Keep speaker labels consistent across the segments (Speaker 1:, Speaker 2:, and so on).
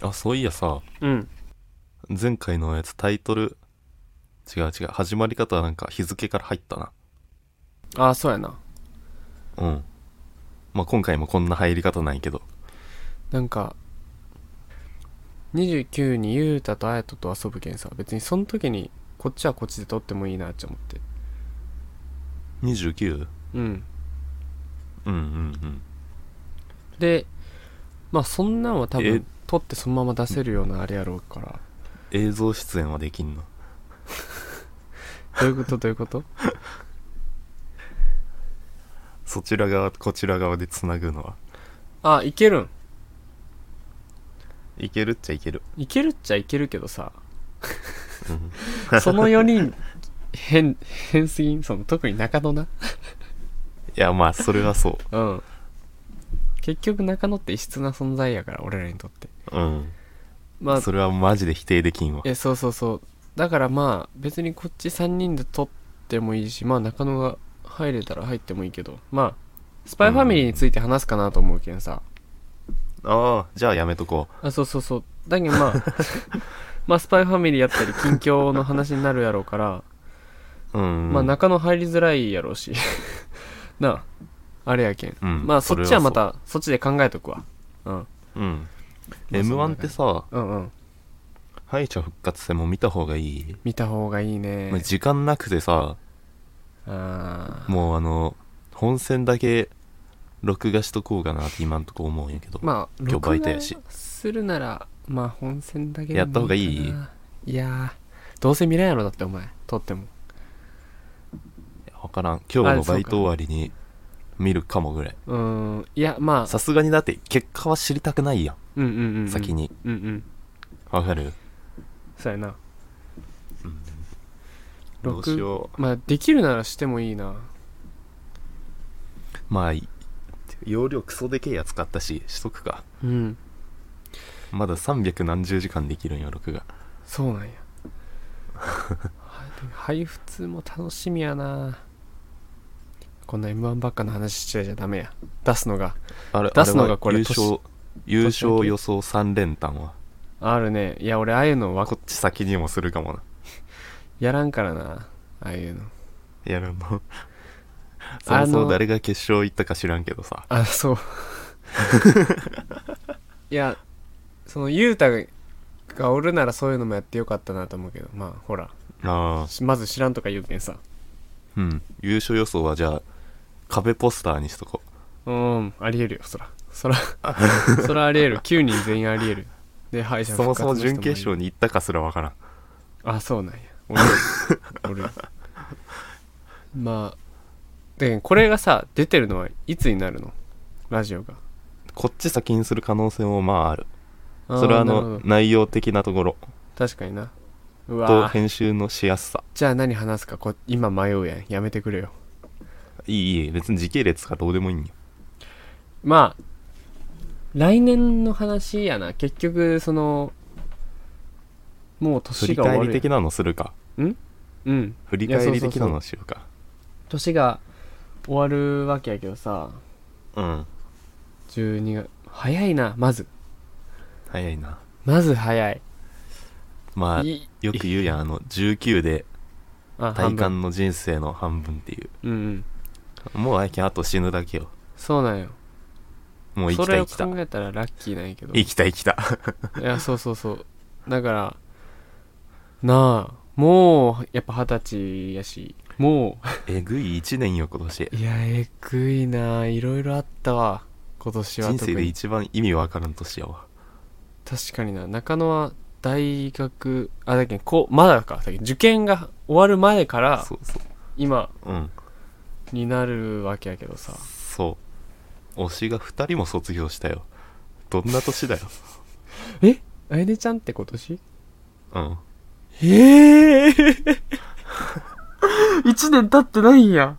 Speaker 1: あ、そういやさ、
Speaker 2: うん。
Speaker 1: 前回のやつタイトル、違う違う、始まり方はなんか日付から入ったな。
Speaker 2: ああ、そうやな。
Speaker 1: うん。まあ、今回もこんな入り方ないけど。
Speaker 2: なんか、29にゆうたとあやとと遊ぶけんさ、別にその時に、こっちはこっちで撮ってもいいなって思って。
Speaker 1: 29?
Speaker 2: うん。
Speaker 1: うんうん
Speaker 2: で、まあそんなんは多
Speaker 1: え
Speaker 2: 分、撮ってそのまま出せるようなあれやろう から。
Speaker 1: うん。映像出演はできんの。
Speaker 2: どういうことどういうこと
Speaker 1: そちら側とこちら側で繋ぐのは。
Speaker 2: ああ、いけるん。
Speaker 1: いけるっちゃいける。
Speaker 2: いけるっちゃいけるけど さ、
Speaker 1: うん。
Speaker 2: その4人、変、変すぎん。その、特に中野な。
Speaker 1: いや、まあ、それはそ
Speaker 2: うん。結局中野って異質な存在やから、俺らにとって。
Speaker 1: う。うん。
Speaker 2: まあ、
Speaker 1: それはマジで否定できんわ
Speaker 2: い。やそうそうそうだからまあ別にこっち3人で撮ってもいいしまあ中野が入れたら入ってもいいけどまあスパイファミリーについて話すかなと思うけんさ、
Speaker 1: ああ、じゃあやめとこ
Speaker 2: あそうそうそうだけど まあまあスパイファミリーやったり近況の話になるやろうから、
Speaker 1: う。うん、うん。
Speaker 2: まあ中野入りづらいやろうし なああれやけん、
Speaker 1: うん
Speaker 2: まあ
Speaker 1: そ
Speaker 2: そ
Speaker 1: れ
Speaker 2: っ
Speaker 1: は
Speaker 2: ちはまたそっちで考えとくわうん
Speaker 1: うん。
Speaker 2: まあそんな
Speaker 1: M1 ってさ、
Speaker 2: うんうん
Speaker 1: 敗者復活戦も見た方がいい、
Speaker 2: 見た方がいいね
Speaker 1: まあ時間なくてさ、
Speaker 2: ああ
Speaker 1: もうあの、本戦だけ録画しとこうかなって今んとこ思うんやけど。
Speaker 2: まあ、
Speaker 1: 今日バイトやし
Speaker 2: 録画するなら、まあ、本戦だけでも
Speaker 1: やった方がいい
Speaker 2: かないやー、どうせ見れんやろ、だって、お前、撮っても。
Speaker 1: わからん。今日
Speaker 2: あ
Speaker 1: の
Speaker 2: そうか
Speaker 1: バイト終わりに見るかもぐらい。
Speaker 2: うーん、いや、まあ、
Speaker 1: さすがにだって結果は知りたくないやん。
Speaker 2: うんうんうんうん。
Speaker 1: 先。に。
Speaker 2: うんうん。
Speaker 1: わかる
Speaker 2: そうやな。録
Speaker 1: どうしよ
Speaker 2: まあ、できるならしてもいいな。
Speaker 1: う。まあ、い容量クソでけえやつ買ったし、しとくか。
Speaker 2: うん。
Speaker 1: まだ300何十時間できるんよ、録画。
Speaker 2: そうなんや。 はいでも配布通も楽しみやな。こんな M1 ばっかの話しちゃじゃダメや。出すのが。
Speaker 1: あれ、
Speaker 2: 出すのが
Speaker 1: あは
Speaker 2: これ
Speaker 1: 優勝、優勝予想3連単は。
Speaker 2: あるね。いや、俺、ああいうのわ
Speaker 1: こっち先にもするかもな。
Speaker 2: やらんからな。ああいうの。
Speaker 1: いや、 でも、そもそも誰が決勝行ったか知らんけどさ。
Speaker 2: あ そういやその雄太がおるならそういうのもやってよかったなと思うけどまあほら
Speaker 1: ああ。
Speaker 2: しまず知らんとか言うけんさ
Speaker 1: うん。優勝予想はじゃあ、壁ポスターにしとこ
Speaker 2: うんありえるよそらそら そらありえる9人全員ありえるで敗
Speaker 1: う。
Speaker 2: 者
Speaker 1: そ
Speaker 2: 復
Speaker 1: も
Speaker 2: 活
Speaker 1: そも
Speaker 2: の人
Speaker 1: 準決勝
Speaker 2: に
Speaker 1: に行ったかすらわからん。
Speaker 2: あそうなんや 俺俺 まあでこれがさ出てるのはいつになるのラジオが
Speaker 1: こっち先にする可能性もまあある。それはあ
Speaker 2: ーなる
Speaker 1: の、
Speaker 2: ほど
Speaker 1: 内容的なところ
Speaker 2: 確かになう
Speaker 1: と
Speaker 2: わー
Speaker 1: 編集のしやすさ。
Speaker 2: じゃあ何話すかこ今迷うやんやめてくれよ
Speaker 1: いい、いい。別に時系列かどうでもいいんよ。
Speaker 2: まあ来年の話やな結局そのもう
Speaker 1: 振
Speaker 2: 年
Speaker 1: り
Speaker 2: が終
Speaker 1: 返
Speaker 2: わ
Speaker 1: り
Speaker 2: る
Speaker 1: 的なのするか。
Speaker 2: やんうん
Speaker 1: 振り返り的なのしようか。
Speaker 2: 年が終わるわけやけどさ
Speaker 1: うん。
Speaker 2: 12月早いなまず
Speaker 1: 早いな。
Speaker 2: まず早い
Speaker 1: まあ、
Speaker 2: い
Speaker 1: よく言うやん。あの、19で
Speaker 2: あ
Speaker 1: 体
Speaker 2: 半分
Speaker 1: 感の人生の半分っていう。
Speaker 2: うんうん
Speaker 1: もうあいきあと死ぬだけよ。
Speaker 2: そうなんよ
Speaker 1: もう生
Speaker 2: そ
Speaker 1: きた
Speaker 2: れを
Speaker 1: 生きた。
Speaker 2: 考えたらラッキーなんやけど
Speaker 1: 生きた生きた。
Speaker 2: いやそうそうそうだからなあもうやっぱ二十歳やしも
Speaker 1: えぐい1年よ、今年。
Speaker 2: ういやえぐいないろいろあったわ今年は
Speaker 1: 人
Speaker 2: 特に
Speaker 1: 生で一番意味わからん年やわ。
Speaker 2: 確かにな中野は大学あだけどこうまだかだけど受験が終わる前から
Speaker 1: そうそ
Speaker 2: 今
Speaker 1: う。うん。
Speaker 2: になるわけやけどさ
Speaker 1: そう。推しが2人も卒業したよ。どんな年だよ。
Speaker 2: あやねちゃんって今年
Speaker 1: うん。
Speaker 2: ええ ー、1年経ってないんや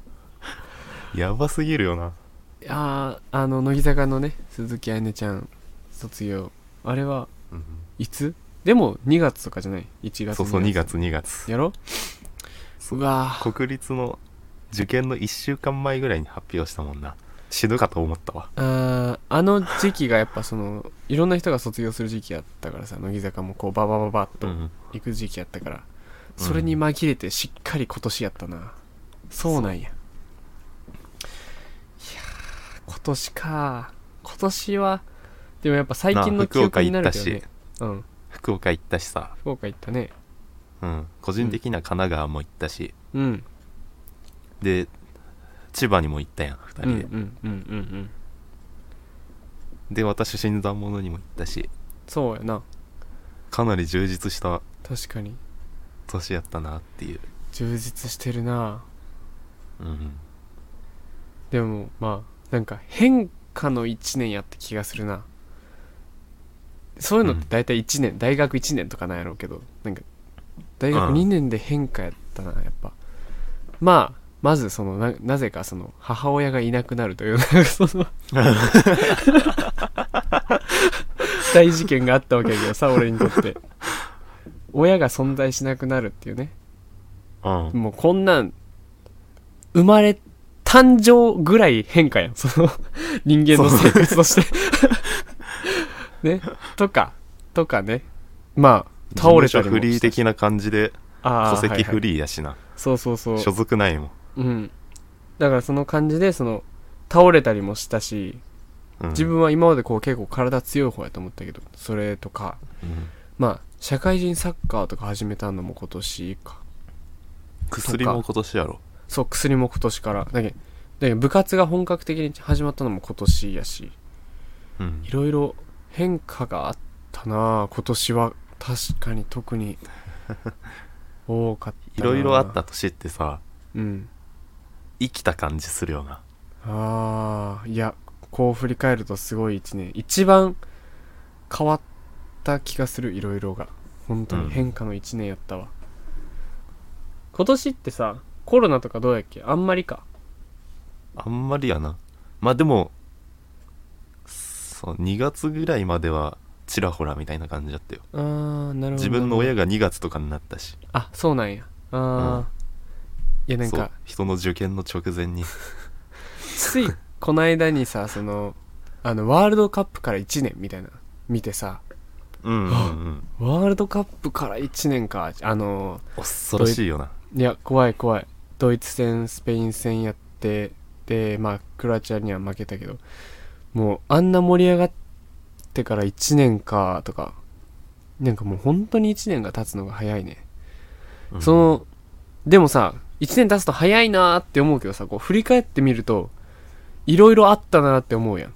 Speaker 1: やばすぎるよな。
Speaker 2: いやーあの乃木坂のね鈴木あやねちゃん卒業あれは
Speaker 1: うん、
Speaker 2: いつでも2月とかじゃない1月
Speaker 1: そうそう、2月、2月。
Speaker 2: やろ
Speaker 1: そう
Speaker 2: うわー
Speaker 1: 国立の受験の1週間前ぐらいに発表したもんな。死ぬかと思ったわ
Speaker 2: あーあの時期がやっぱそのいろんな人が卒業する時期やったからさ乃木坂もこうババババッ
Speaker 1: う
Speaker 2: と
Speaker 1: ん
Speaker 2: 行く時期やったから、それに紛れてしっかり今年やったなそうなんやいやー今年か今年はでもやっぱ最
Speaker 1: な
Speaker 2: 近の
Speaker 1: あ
Speaker 2: 記
Speaker 1: 福岡
Speaker 2: 憶に
Speaker 1: 行
Speaker 2: な
Speaker 1: った
Speaker 2: るけどね
Speaker 1: し
Speaker 2: うん
Speaker 1: 福岡行ったしさ、
Speaker 2: 福岡行ったね
Speaker 1: うん、個人的には神奈川も行ったし、
Speaker 2: うん
Speaker 1: で千葉にも行ったやん2
Speaker 2: うん
Speaker 1: 人で、
Speaker 2: うんうんうんうん
Speaker 1: で私新参者にも行ったし
Speaker 2: そうやな
Speaker 1: かなり充実した
Speaker 2: 確かに
Speaker 1: 年やったなっていう、
Speaker 2: 充実してるな
Speaker 1: うん、
Speaker 2: でもまあなんか変化の1年やった気がするなそういうのって大体1年、大学1年とかなんやろうけどなんか大学
Speaker 1: うん
Speaker 2: 2年で変化やったなやっぱまあまずそのななぜかその母親がいなくなるというなん か その大事件があったわけだけどさ俺にとって親が存在しなくなるっていうね
Speaker 1: うん、
Speaker 2: もうこんなん、生まれ、誕生ぐらい変化やん。 その、人間の生活として。ね。とか、とかね。まあ、倒れた
Speaker 1: 事
Speaker 2: り
Speaker 1: 務所
Speaker 2: も
Speaker 1: フリー
Speaker 2: したし
Speaker 1: 的な感じで
Speaker 2: あ
Speaker 1: 戸籍フ
Speaker 2: ーはいはい
Speaker 1: リーやしな、
Speaker 2: そうそうそう。
Speaker 1: 所属ないもん、
Speaker 2: うん。だからその感じで、その、倒れたりもしたし、
Speaker 1: うん、
Speaker 2: 自分は今までこう結構体強い方やと思ったけど、それとか、
Speaker 1: うん
Speaker 2: まあ、社会人サッカーとか始めたのも今年か。
Speaker 1: 薬も今年やろ
Speaker 2: そう薬も今年からだけどだけど部活が本格的に始まったのも今年やし
Speaker 1: うん
Speaker 2: いろいろ変化があったなあ今年は確かに 特に多かっ
Speaker 1: い
Speaker 2: たない
Speaker 1: ろいろあった年ってさ
Speaker 2: うん
Speaker 1: 生きた感じするよな
Speaker 2: ああいやこう振り返るとすごい一年一番変わった気がするいろいろが本当
Speaker 1: うん
Speaker 2: に変化の一年やったわ、今年ってさコロナとかどうやっけあんまりか
Speaker 1: あんまりやなまあでもそう2月ぐらいまではちらほらみたいな感じだったよ
Speaker 2: ああなるほど
Speaker 1: 自分の親が2月とかになったし
Speaker 2: あそうなんやあー、
Speaker 1: うん
Speaker 2: いやなん
Speaker 1: そう
Speaker 2: か
Speaker 1: 人の受験の直前 に
Speaker 2: ついこの間にさ そのあのワールドカップから1年みたいな見てさ
Speaker 1: うんうん、うん、
Speaker 2: ワールドカップから1年かあの
Speaker 1: 恐ろしいよない
Speaker 2: や怖い怖いドイツ戦スペイン戦やってでまあクロアチアには負けたけどもうあんな盛り上がってから1年かとかなんかもう本当に1年が経つのが早いね
Speaker 1: うん
Speaker 2: そのでもさ1年経つと早いなーって思うけどさこう振り返ってみるといろいろあったなーって思うやん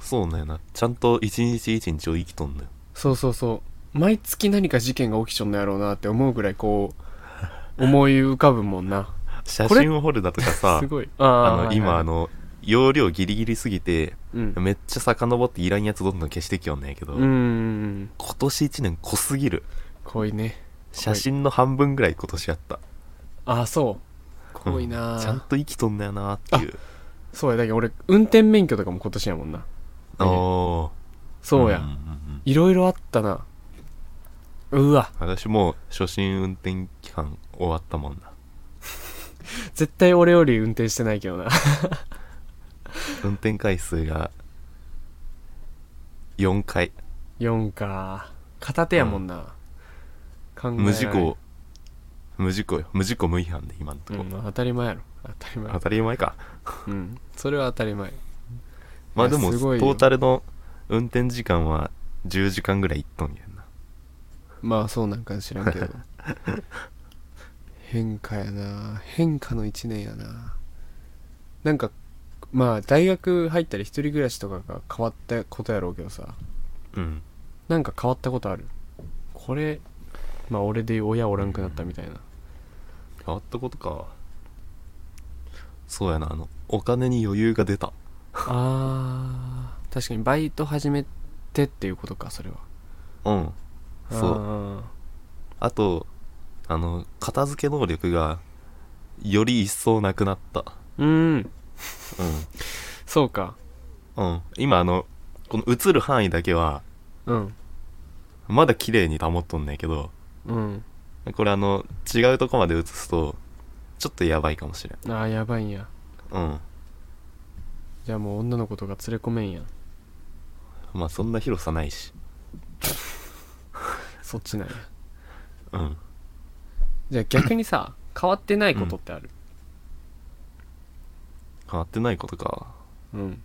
Speaker 1: そうなんやなちゃんと一日一日を生きとんだよ
Speaker 2: そうそうそう毎月何か事件が起きちゃうんのやろうなって思うぐらいこ う思い浮かぶもんな
Speaker 1: 写
Speaker 2: これ
Speaker 1: 真を掘るだとかさ
Speaker 2: すごい
Speaker 1: あ
Speaker 2: あ
Speaker 1: の
Speaker 2: ー
Speaker 1: 今
Speaker 2: は
Speaker 1: あ
Speaker 2: いはい
Speaker 1: の容量ギリギリすぎて
Speaker 2: うん
Speaker 1: めっちゃ遡っていらんやつどんどん消してきよんねんけど、
Speaker 2: うーん
Speaker 1: 今年1年濃すぎる
Speaker 2: 濃いね
Speaker 1: 写真の半分ぐらい今年やった
Speaker 2: ああそう濃いなー、
Speaker 1: ちゃんと生きとんだよなっていう
Speaker 2: そうやだけど俺運転免許とかも今年やもんな
Speaker 1: あー
Speaker 2: そうや、
Speaker 1: んんん
Speaker 2: いろいろあったなうわ
Speaker 1: 私もう初心運転期間終わったもんな
Speaker 2: 絶対俺より運転してないけどな
Speaker 1: 運転回数が4回
Speaker 2: 4か片手やもんな、考えられん
Speaker 1: 無事故無事故よ無事故無違反で今のと
Speaker 2: う
Speaker 1: こ、
Speaker 2: ん当たり前やろ当たり前
Speaker 1: 当たり前か
Speaker 2: うんそれは当たり前
Speaker 1: まあでも
Speaker 2: す
Speaker 1: ト
Speaker 2: ごいよ
Speaker 1: ータルの運転時間は10時間ぐらいいっとんやんな
Speaker 2: まあそうなんか知らんけど変化やな変化の1年やななんかまあ大学入ったり一人暮らしとかが変わったことやろうけどさ
Speaker 1: うん
Speaker 2: なんか変わったことあるこれまあ俺で言う親おらんくなったみたいな
Speaker 1: 変わったことかそうやなあのお金に余裕が出た
Speaker 2: あー確かにバイト始めてっていうことかそれは
Speaker 1: うんそう
Speaker 2: あ
Speaker 1: あとあの片付け能力がより一層なくなった
Speaker 2: ーうん
Speaker 1: う
Speaker 2: そうか
Speaker 1: ん、うん、今あのこの映る範囲だけは
Speaker 2: うん
Speaker 1: まだ綺麗に保っとんねんけど
Speaker 2: うん
Speaker 1: これあの違うとこまで映すとちょっとやばいかもしれん
Speaker 2: ああやばいんや
Speaker 1: うん
Speaker 2: じゃあもう女の子とか連れ込めんやん
Speaker 1: まあそんな広さないし
Speaker 2: そっちなんや
Speaker 1: うん
Speaker 2: じゃあ逆にさ変わってないことってある
Speaker 1: 変わってないことか
Speaker 2: うん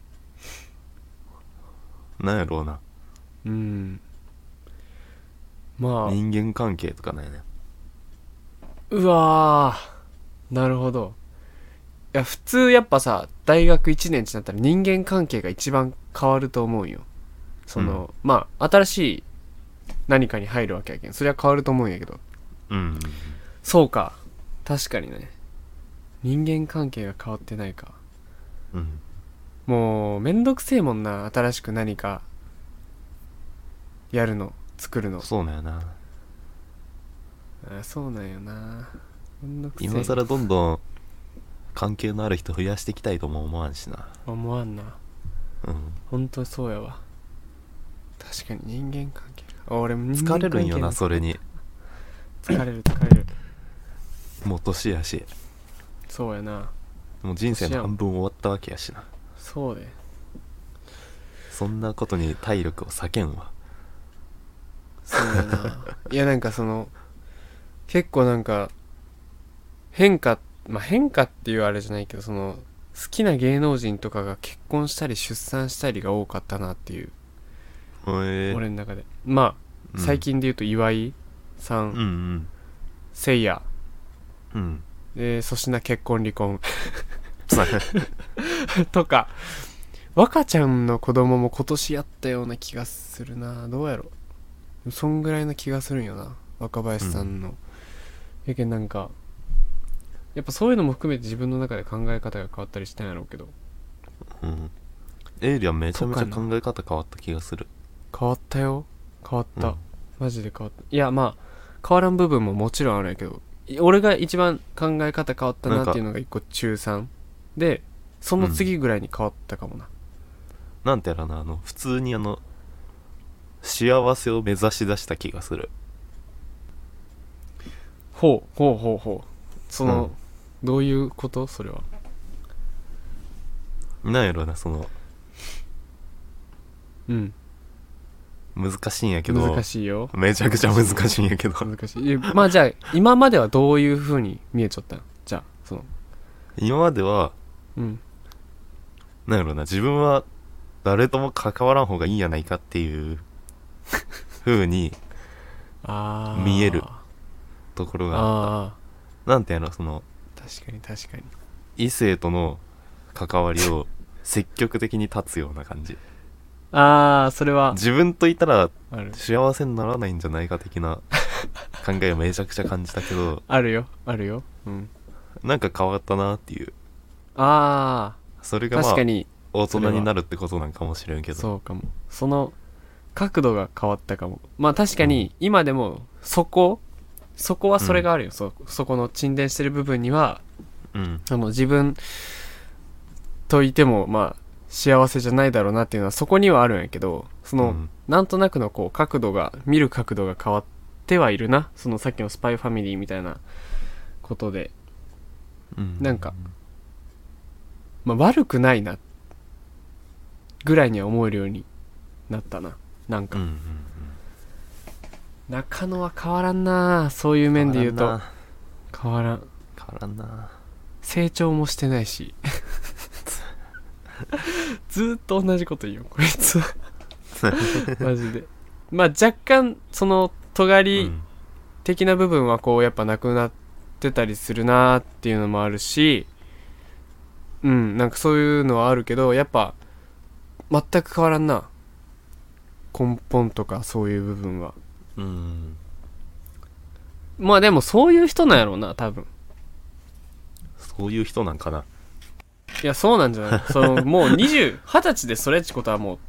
Speaker 1: なんやろうな
Speaker 2: うんまあ
Speaker 1: 人間関係とかなんやね
Speaker 2: うわーなるほどいや普通やっぱさ大学1年ってなったら人間関係が一番変わると思うんよその、まあ新しい何かに入るわけやけんそれは変わると思うんやけど
Speaker 1: うん
Speaker 2: そうか確かにね人間関係が変わってないか
Speaker 1: うん
Speaker 2: もうめんどくせえもんな新しく何かやるの作るの
Speaker 1: そうなんやな
Speaker 2: あそうなんよなめんどくせえ
Speaker 1: 今更どんどん関係のある人増やしていきたいとも思わんしな
Speaker 2: 思わんな
Speaker 1: うん
Speaker 2: 本当そうやわ確かに人間関係あ俺も人
Speaker 1: 疲
Speaker 2: 間関係
Speaker 1: れるんよなそれに
Speaker 2: 疲れる疲れる
Speaker 1: もう年やし
Speaker 2: そうやな
Speaker 1: もう人生の半分終わったわけやしな
Speaker 2: そうで
Speaker 1: そんなことに体力を割けんわ
Speaker 2: そうやないやなんかその結構なんか変化まあ変化っていうあれじゃないけどその好きな芸能人とかが結婚したり出産したりが多かったなっていう
Speaker 1: え
Speaker 2: 俺の中でまあ最近で言うと岩井さ
Speaker 1: うん
Speaker 2: ん、
Speaker 1: うん
Speaker 2: せいや
Speaker 1: うんうん
Speaker 2: で粗品結婚離婚 とか若ちゃんの子供も今年やったような気がするなどうやろそんぐらいの気がするんよな若林さんの、やけんなんかやっぱそういうのも含めて自分の中で考え方が変わったりしたんやろうけど
Speaker 1: うんエイリアンめちゃめちゃ考え方変わった気がする
Speaker 2: 変わったよ変わった、
Speaker 1: うん
Speaker 2: マジで変わったいやまあ変わらん部分ももちろんあるんやけどい俺が一番考え方変わったなっていうのが一個中3でその次ぐらいに変わったかもな、
Speaker 1: なんてやらなあの普通にあの幸せを目指し出した気がする
Speaker 2: ほうほうほうほうその、
Speaker 1: うん
Speaker 2: どういうことそれは
Speaker 1: なんやろなその
Speaker 2: うん
Speaker 1: 難しいんやけど
Speaker 2: 難しいよ
Speaker 1: めちゃくちゃ難しいんやけど
Speaker 2: 難しいえまあじゃあ今まではどういうふうに見えちゃったのじゃあその
Speaker 1: 今までは
Speaker 2: うん
Speaker 1: なんやろな自分は誰とも関わらん方がいいんやないかっていう 風に
Speaker 2: あ
Speaker 1: ー見えるところが
Speaker 2: あ
Speaker 1: なんてやろその
Speaker 2: あー確かに確かに
Speaker 1: 異性との関わりを積極的に立つような感じ
Speaker 2: ああそれは
Speaker 1: 自分といたら
Speaker 2: ある
Speaker 1: 幸せにならないんじゃないか的な考えをめちゃくちゃ感じたけど
Speaker 2: あるよあるようん
Speaker 1: なんか変わったなっていう
Speaker 2: あ
Speaker 1: それ
Speaker 2: あ
Speaker 1: がま
Speaker 2: 確
Speaker 1: あ
Speaker 2: かに
Speaker 1: 大人になるってことなんかもしれんけど
Speaker 2: そうかもその角度が変わったかもまあ確かに今でもそこそこはそれがあるよ、そそこの沈殿してる部分には
Speaker 1: うん
Speaker 2: あの自分といてもまあ幸せじゃないだろうなっていうのはそこにはあるんやけどその、
Speaker 1: うん
Speaker 2: なんとなくのこう角度が見る角度が変わってはいるなそのさっきの「スパイファミリー」みたいなことで、
Speaker 1: うん
Speaker 2: なんかまあ、悪くないなぐらいには思えるようになったななん
Speaker 1: う
Speaker 2: か、
Speaker 1: んうん
Speaker 2: 中野は変わらんなそういう面で言うと変わらん
Speaker 1: 変わらんな
Speaker 2: 成長もしてないし ずーっと同じこと言うよこいつマジでまあ若干その
Speaker 1: 変
Speaker 2: 尖
Speaker 1: わらんな
Speaker 2: り的な部分はこうやっぱなくなってたりするなーっていうのもあるしうんなんかそういうのはあるけどやっぱ全く変わらんな根本とかそういう部分は
Speaker 1: うん、うん
Speaker 2: まあでもそういう人なんやろうな多分
Speaker 1: そういう人なんかない
Speaker 2: や、そうなん じゃないその、もう20、20歳でそれっちことはもう、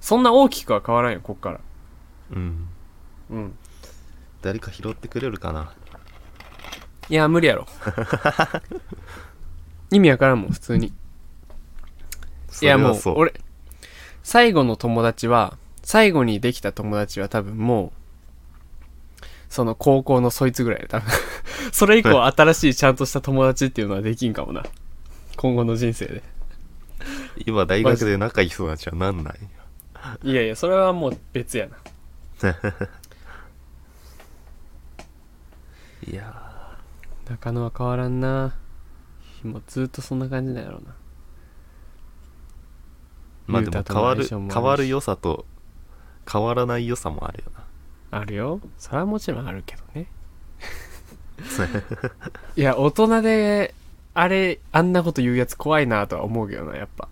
Speaker 2: そんな大きくは変わらんよ、こっから。
Speaker 1: うん
Speaker 2: うん。
Speaker 1: 誰か拾ってくれるかない
Speaker 2: や、無理 やろ。意味わからんもん、普通に。い
Speaker 1: それ
Speaker 2: や、
Speaker 1: は
Speaker 2: もう
Speaker 1: そ、
Speaker 2: 俺、最後の友達は、最後にできた友達は多分もう、その高校のそいつぐらいだよ多分。 それ以降、新しいちゃんとした友達っていうのはできんかもな。今後の人生で。
Speaker 1: 今大学で仲いい人たちはなんない
Speaker 2: いやいやそれはもう別やない
Speaker 1: や
Speaker 2: 中野は変わらんなもうずっとそんな感じなんやろうな
Speaker 1: ーまあで
Speaker 2: ゆ
Speaker 1: も
Speaker 2: うたと
Speaker 1: 変
Speaker 2: の
Speaker 1: わ
Speaker 2: 相
Speaker 1: る
Speaker 2: 性もあるし
Speaker 1: 変わる良さと変わらない良さもあるよな
Speaker 2: あるよそれはもちろんあるけど ねいや大人であれあんなこと言うやつ怖いなとは思うけどなやっぱ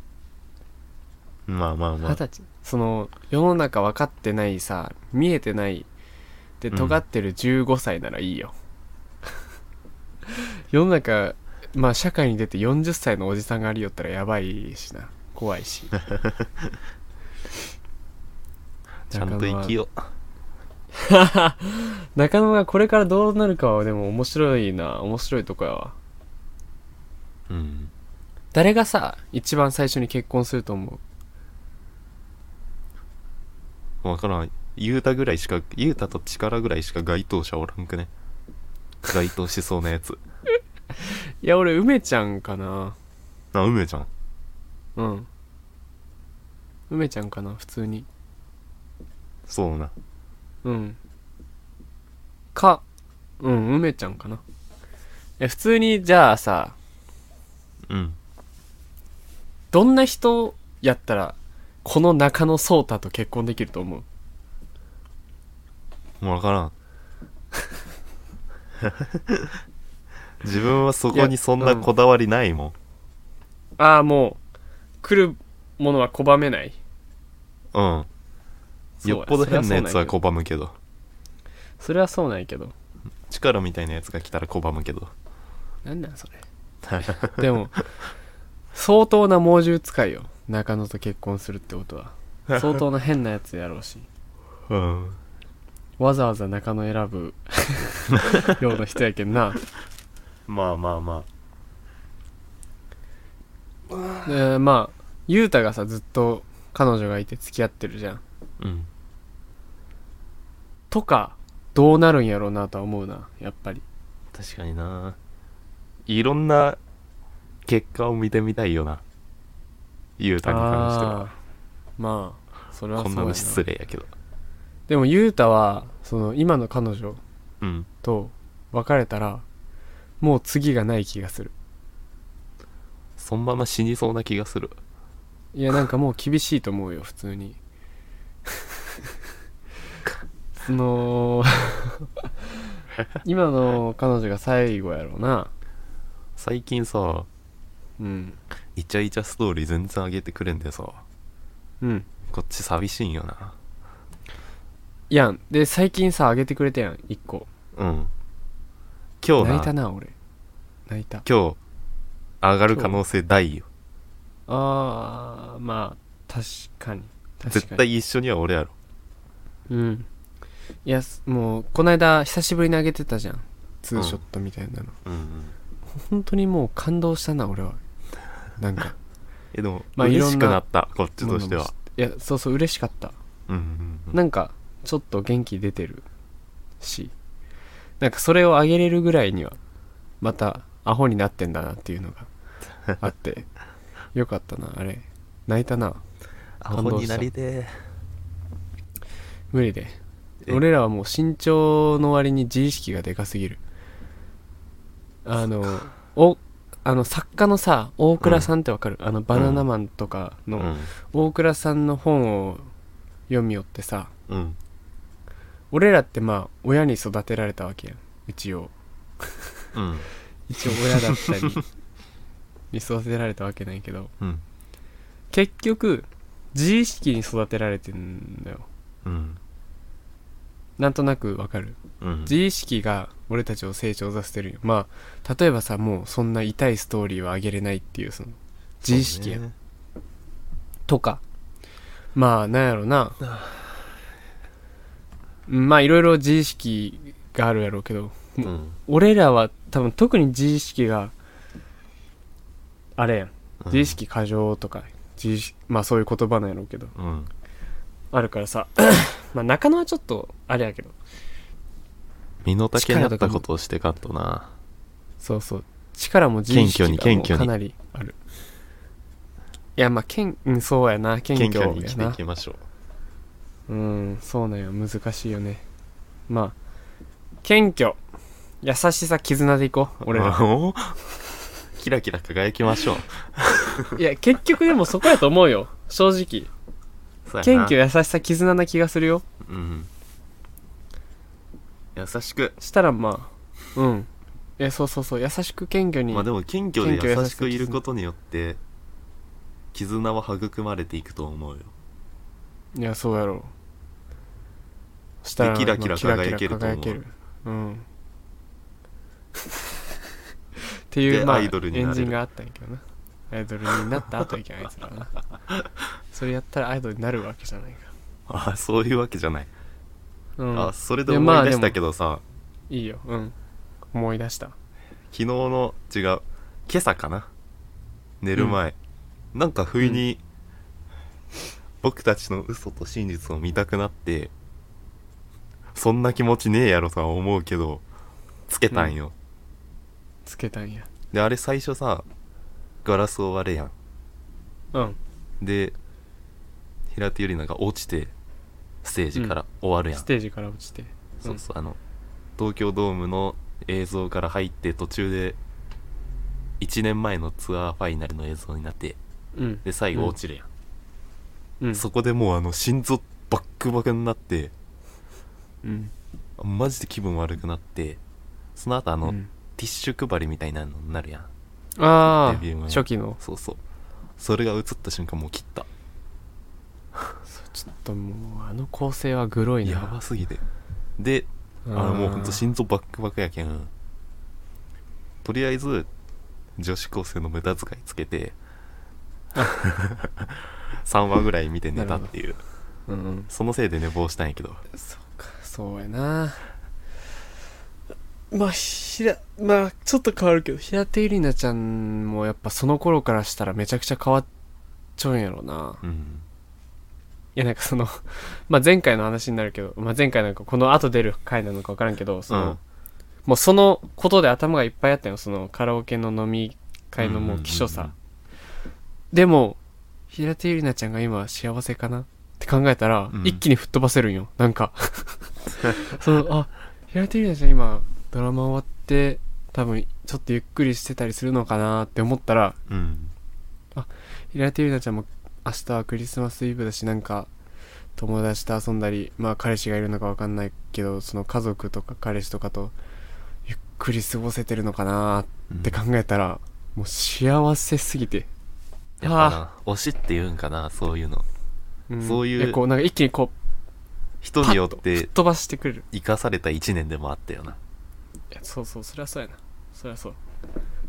Speaker 1: まあまあま
Speaker 2: 二
Speaker 1: あ
Speaker 2: 十歳その世の中分かってないさ見えてないで
Speaker 1: うん
Speaker 2: 尖ってる15歳ならいいよ、 世の中まあ社会に出て40歳のおじさんがありよったらやばいしな怖い し
Speaker 1: ちゃんと生きよう
Speaker 2: 中野がこれからどうなるかはでも面白いな面白いとこやわ
Speaker 1: うん
Speaker 2: 誰がさ一番最初に結婚すると思う
Speaker 1: 分からん雄太ぐらいしか雄太と力ぐらいしか該当者おらんくね該当しそうなやつ
Speaker 2: いや俺梅ちゃんかな
Speaker 1: あ梅ちゃん
Speaker 2: うん梅ちゃんかな普通に
Speaker 1: そうな
Speaker 2: うんかうん梅ちゃんかなえ普通にじゃあさ
Speaker 1: うん
Speaker 2: どんな人やったらこの中野颯太と結婚できると思う
Speaker 1: もう分 からん自分はそこにそんなこだわりないもん
Speaker 2: ああもう来るものは拒めない
Speaker 1: うん
Speaker 2: そうや
Speaker 1: よっぽど変なやつは拒むけど
Speaker 2: それはそうなんやけど
Speaker 1: 力みたいなやつが来たら拒むけ ど
Speaker 2: なんなんそ れでも相当な猛獣使いよ中野と結婚するってこ とは相当な変なやつやろうし
Speaker 1: うん
Speaker 2: わざわざ中野 選ぶような人やけんな、
Speaker 1: まあまあま
Speaker 2: えーまあ雄太がさずっと彼女がいて付き合ってるじゃん
Speaker 1: あうん
Speaker 2: とかどうなるんやろうなとは思うなやっぱり
Speaker 1: 確かにないろんな結果を見てみたいよな雄太に関しては
Speaker 2: あーまあそれは
Speaker 1: こ
Speaker 2: そうんや
Speaker 1: な
Speaker 2: な
Speaker 1: の失礼やけど
Speaker 2: でも雄太はその今の彼女
Speaker 1: うん
Speaker 2: と別れたらもう次がない気がする
Speaker 1: そのまま死にそうな気がする
Speaker 2: いやなんかもう厳しいと思うよ普通にその今の彼女が最後やろうな
Speaker 1: 最近さ
Speaker 2: うん
Speaker 1: イチャイチャストーリー全然上げてくれんでさ
Speaker 2: うん
Speaker 1: こっち寂しいんよない
Speaker 2: やんで最近さあげてくれたやん1個
Speaker 1: うん今日
Speaker 2: 泣い
Speaker 1: な
Speaker 2: たな俺泣いた
Speaker 1: 今日上がる可能性大よ
Speaker 2: あーまあ確かに確
Speaker 1: 絶
Speaker 2: かに
Speaker 1: 対一緒には俺やろ
Speaker 2: うんいやすもうこないだ久しぶりにあげてたじゃんツーショットみたいなの、
Speaker 1: うん、うん、
Speaker 2: 本当にもう感動したな俺はなんか
Speaker 1: えでも、
Speaker 2: まあいろんな
Speaker 1: 嬉しくなったこっちとしては
Speaker 2: ものもいやそうそう嬉しかった
Speaker 1: うんうんうん
Speaker 2: なんかちょっと元気出てるしなんかそれをあげれるぐらいにはまたアホになってんだなっていうの があってよかったなあれ泣いたな
Speaker 1: アホになりて
Speaker 2: 無理で
Speaker 1: え
Speaker 2: 俺らはもう身長の割に自意識がでかすぎるあのおあの作家のさ大倉さんってわかる、あのバナナマンとか
Speaker 1: う
Speaker 2: の
Speaker 1: ん
Speaker 2: 大倉さんの本を読みよってさ、
Speaker 1: うん
Speaker 2: 俺らってまあ親に育てられたわけやん一応
Speaker 1: うん
Speaker 2: 一応親だったり に育てられたわけなんやけど
Speaker 1: うん
Speaker 2: 結局自意識に育てられてんだよ
Speaker 1: うん
Speaker 2: なんとなくわかる
Speaker 1: うん
Speaker 2: 自意識が俺たちを成長させてるよまあ例えばさもうそんな痛いストーリーはあげれないっていうその自意識や、
Speaker 1: そうね
Speaker 2: とかまあなんやろなうんまあいろいろ自意識があるやろうけど
Speaker 1: うん
Speaker 2: 俺らは多分特に自意識があれやん自意識過剰とか、自意識まあそういう言葉なんやろうけど
Speaker 1: うん
Speaker 2: あるからさ まあ中野はちょっとあれやけど
Speaker 1: 身の丈になったことをしてかんとな
Speaker 2: そうそう力も自意識が
Speaker 1: 謙虚に
Speaker 2: もう
Speaker 1: 謙虚に
Speaker 2: かなりあるいやまあ謙うんそうやな謙
Speaker 1: 謙
Speaker 2: 虚や
Speaker 1: 虚
Speaker 2: な
Speaker 1: に生きていきましょう
Speaker 2: うんそうなんよ難しいよねまあ謙虚優しさ絆でいこう俺ら
Speaker 1: あ おキラキラ輝きましょう
Speaker 2: いや結局でもそこやと思うよ正直
Speaker 1: そうや
Speaker 2: 謙
Speaker 1: な
Speaker 2: 虚優しさ絆な気がするよ
Speaker 1: うん優しく
Speaker 2: したらまあうんえそうそうそう優しく謙虚に、
Speaker 1: まあでも謙虚で
Speaker 2: 謙虚
Speaker 1: 優
Speaker 2: 優
Speaker 1: し
Speaker 2: しく
Speaker 1: くいることによって絆は育まれていくと思うよ
Speaker 2: いやそうやろうしたら
Speaker 1: でキラキラ輝けると思う
Speaker 2: キラキラ輝ける うんって
Speaker 1: で
Speaker 2: いうまあ
Speaker 1: アイドルになれる
Speaker 2: エンジンがあったんやけどなアイドルになった後いけないやつらなそれやったらアイドルになるわけじゃないか
Speaker 1: あそういうわけじゃない、
Speaker 2: うん
Speaker 1: あそれで
Speaker 2: いや
Speaker 1: 思
Speaker 2: まあ
Speaker 1: い出し
Speaker 2: で
Speaker 1: た
Speaker 2: も
Speaker 1: けどさ
Speaker 2: いいようん思い出した
Speaker 1: 昨日の違う今朝かな寝る前、なんか不意に、僕たちの嘘と真実を見たくなってそんな気持ちねえやろとは思うけどつけたんよ、
Speaker 2: つけたんや
Speaker 1: であれ最初さガラスを割れやん
Speaker 2: うん
Speaker 1: で平手友梨奈が落ちてステージから終わるやん、
Speaker 2: ステージから落ちて
Speaker 1: そうそうあの東京ドームの映像から入って途中で1年前のツアーファイナルの映像になって
Speaker 2: うん
Speaker 1: で最後落ちるやん、
Speaker 2: うん
Speaker 1: そこでもうあの心臓バックバクになって
Speaker 2: うん
Speaker 1: マジで気分悪くなってその後あの、
Speaker 2: うん
Speaker 1: ティッシュ配りみたいなのになるやん
Speaker 2: あ
Speaker 1: デビュー
Speaker 2: あ
Speaker 1: 前
Speaker 2: 初期の
Speaker 1: そうそうそれが映った瞬間もう切った
Speaker 2: ちょっともうあの構成はグロいな
Speaker 1: やばすぎてで
Speaker 2: うん
Speaker 1: あのもうほんと心臓バックバクやけんとりあえず女子高生の無駄遣いつけて 3話ぐらい見て寝たっていう
Speaker 2: うんうん
Speaker 1: そのせいで寝坊したんやけど
Speaker 2: そうかそうやなまあひらまあちょっと変わるけど平手友梨奈ちゃんもやっぱその頃からしたらめちゃくちゃ変わっちゃうんやろな
Speaker 1: うん
Speaker 2: いやなんかそのまあ前回の話になるけど、まあ、前回なんかこの後出る回なのか分からんけどその、
Speaker 1: うん
Speaker 2: もうそのことで頭がいっぱいあったよそのカラオケの飲み会のもう
Speaker 1: うんうんうんうん
Speaker 2: 希少さ、でも平手友梨奈ちゃんが今幸せかなって考えたら、
Speaker 1: うん
Speaker 2: 一気に吹っ飛ばせるんよなん かそのあ平手友梨奈ちゃん今ドラマ終わって多分ちょっとゆっくりしてたりするのかなって思ったら
Speaker 1: うん
Speaker 2: 平手友梨奈ちゃんも明日はクリスマスイブだしなんか友達と遊んだりまあ彼氏がいるのかわかんないけどその家族とか彼氏とかとゆっくり過ごせてるのかなって考えたら、もう幸せすぎて、
Speaker 1: やっぱな推しって言うんかなそういうの
Speaker 2: ん
Speaker 1: そういう
Speaker 2: やこうなんか一気にこう
Speaker 1: 人
Speaker 2: パ
Speaker 1: によ
Speaker 2: ッ
Speaker 1: っ
Speaker 2: と吹って飛ばしてくれる
Speaker 1: 生かされた1年でもあったよない
Speaker 2: やそうそうそりゃそうやなそりゃそう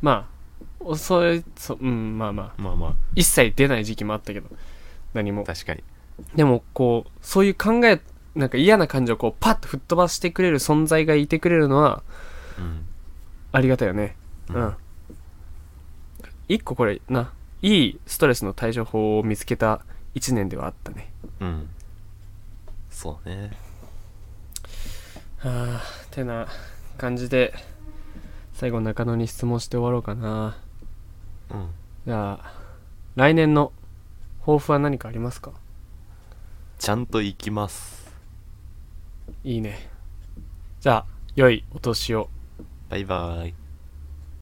Speaker 2: まあおそれそうんまあまあ
Speaker 1: まあま
Speaker 2: 一切出ない時期もあったけど何も
Speaker 1: あ確かに
Speaker 2: でもこうそういう考えなんか嫌な感情をこうパッと吹っ飛ばしてくれる存在がいてくれるのは
Speaker 1: うん
Speaker 2: ありがたいよね
Speaker 1: う
Speaker 2: うんん、一個これないいストレスの対処法を見つけた1年ではあったね
Speaker 1: うんそうね
Speaker 2: はあてな感じで最後中野に質問して終わろうかな
Speaker 1: うん
Speaker 2: じゃあ来年の抱負は何かありますか
Speaker 1: ちゃんと行きます
Speaker 2: いいねじゃあ良いお年を
Speaker 1: バイバイ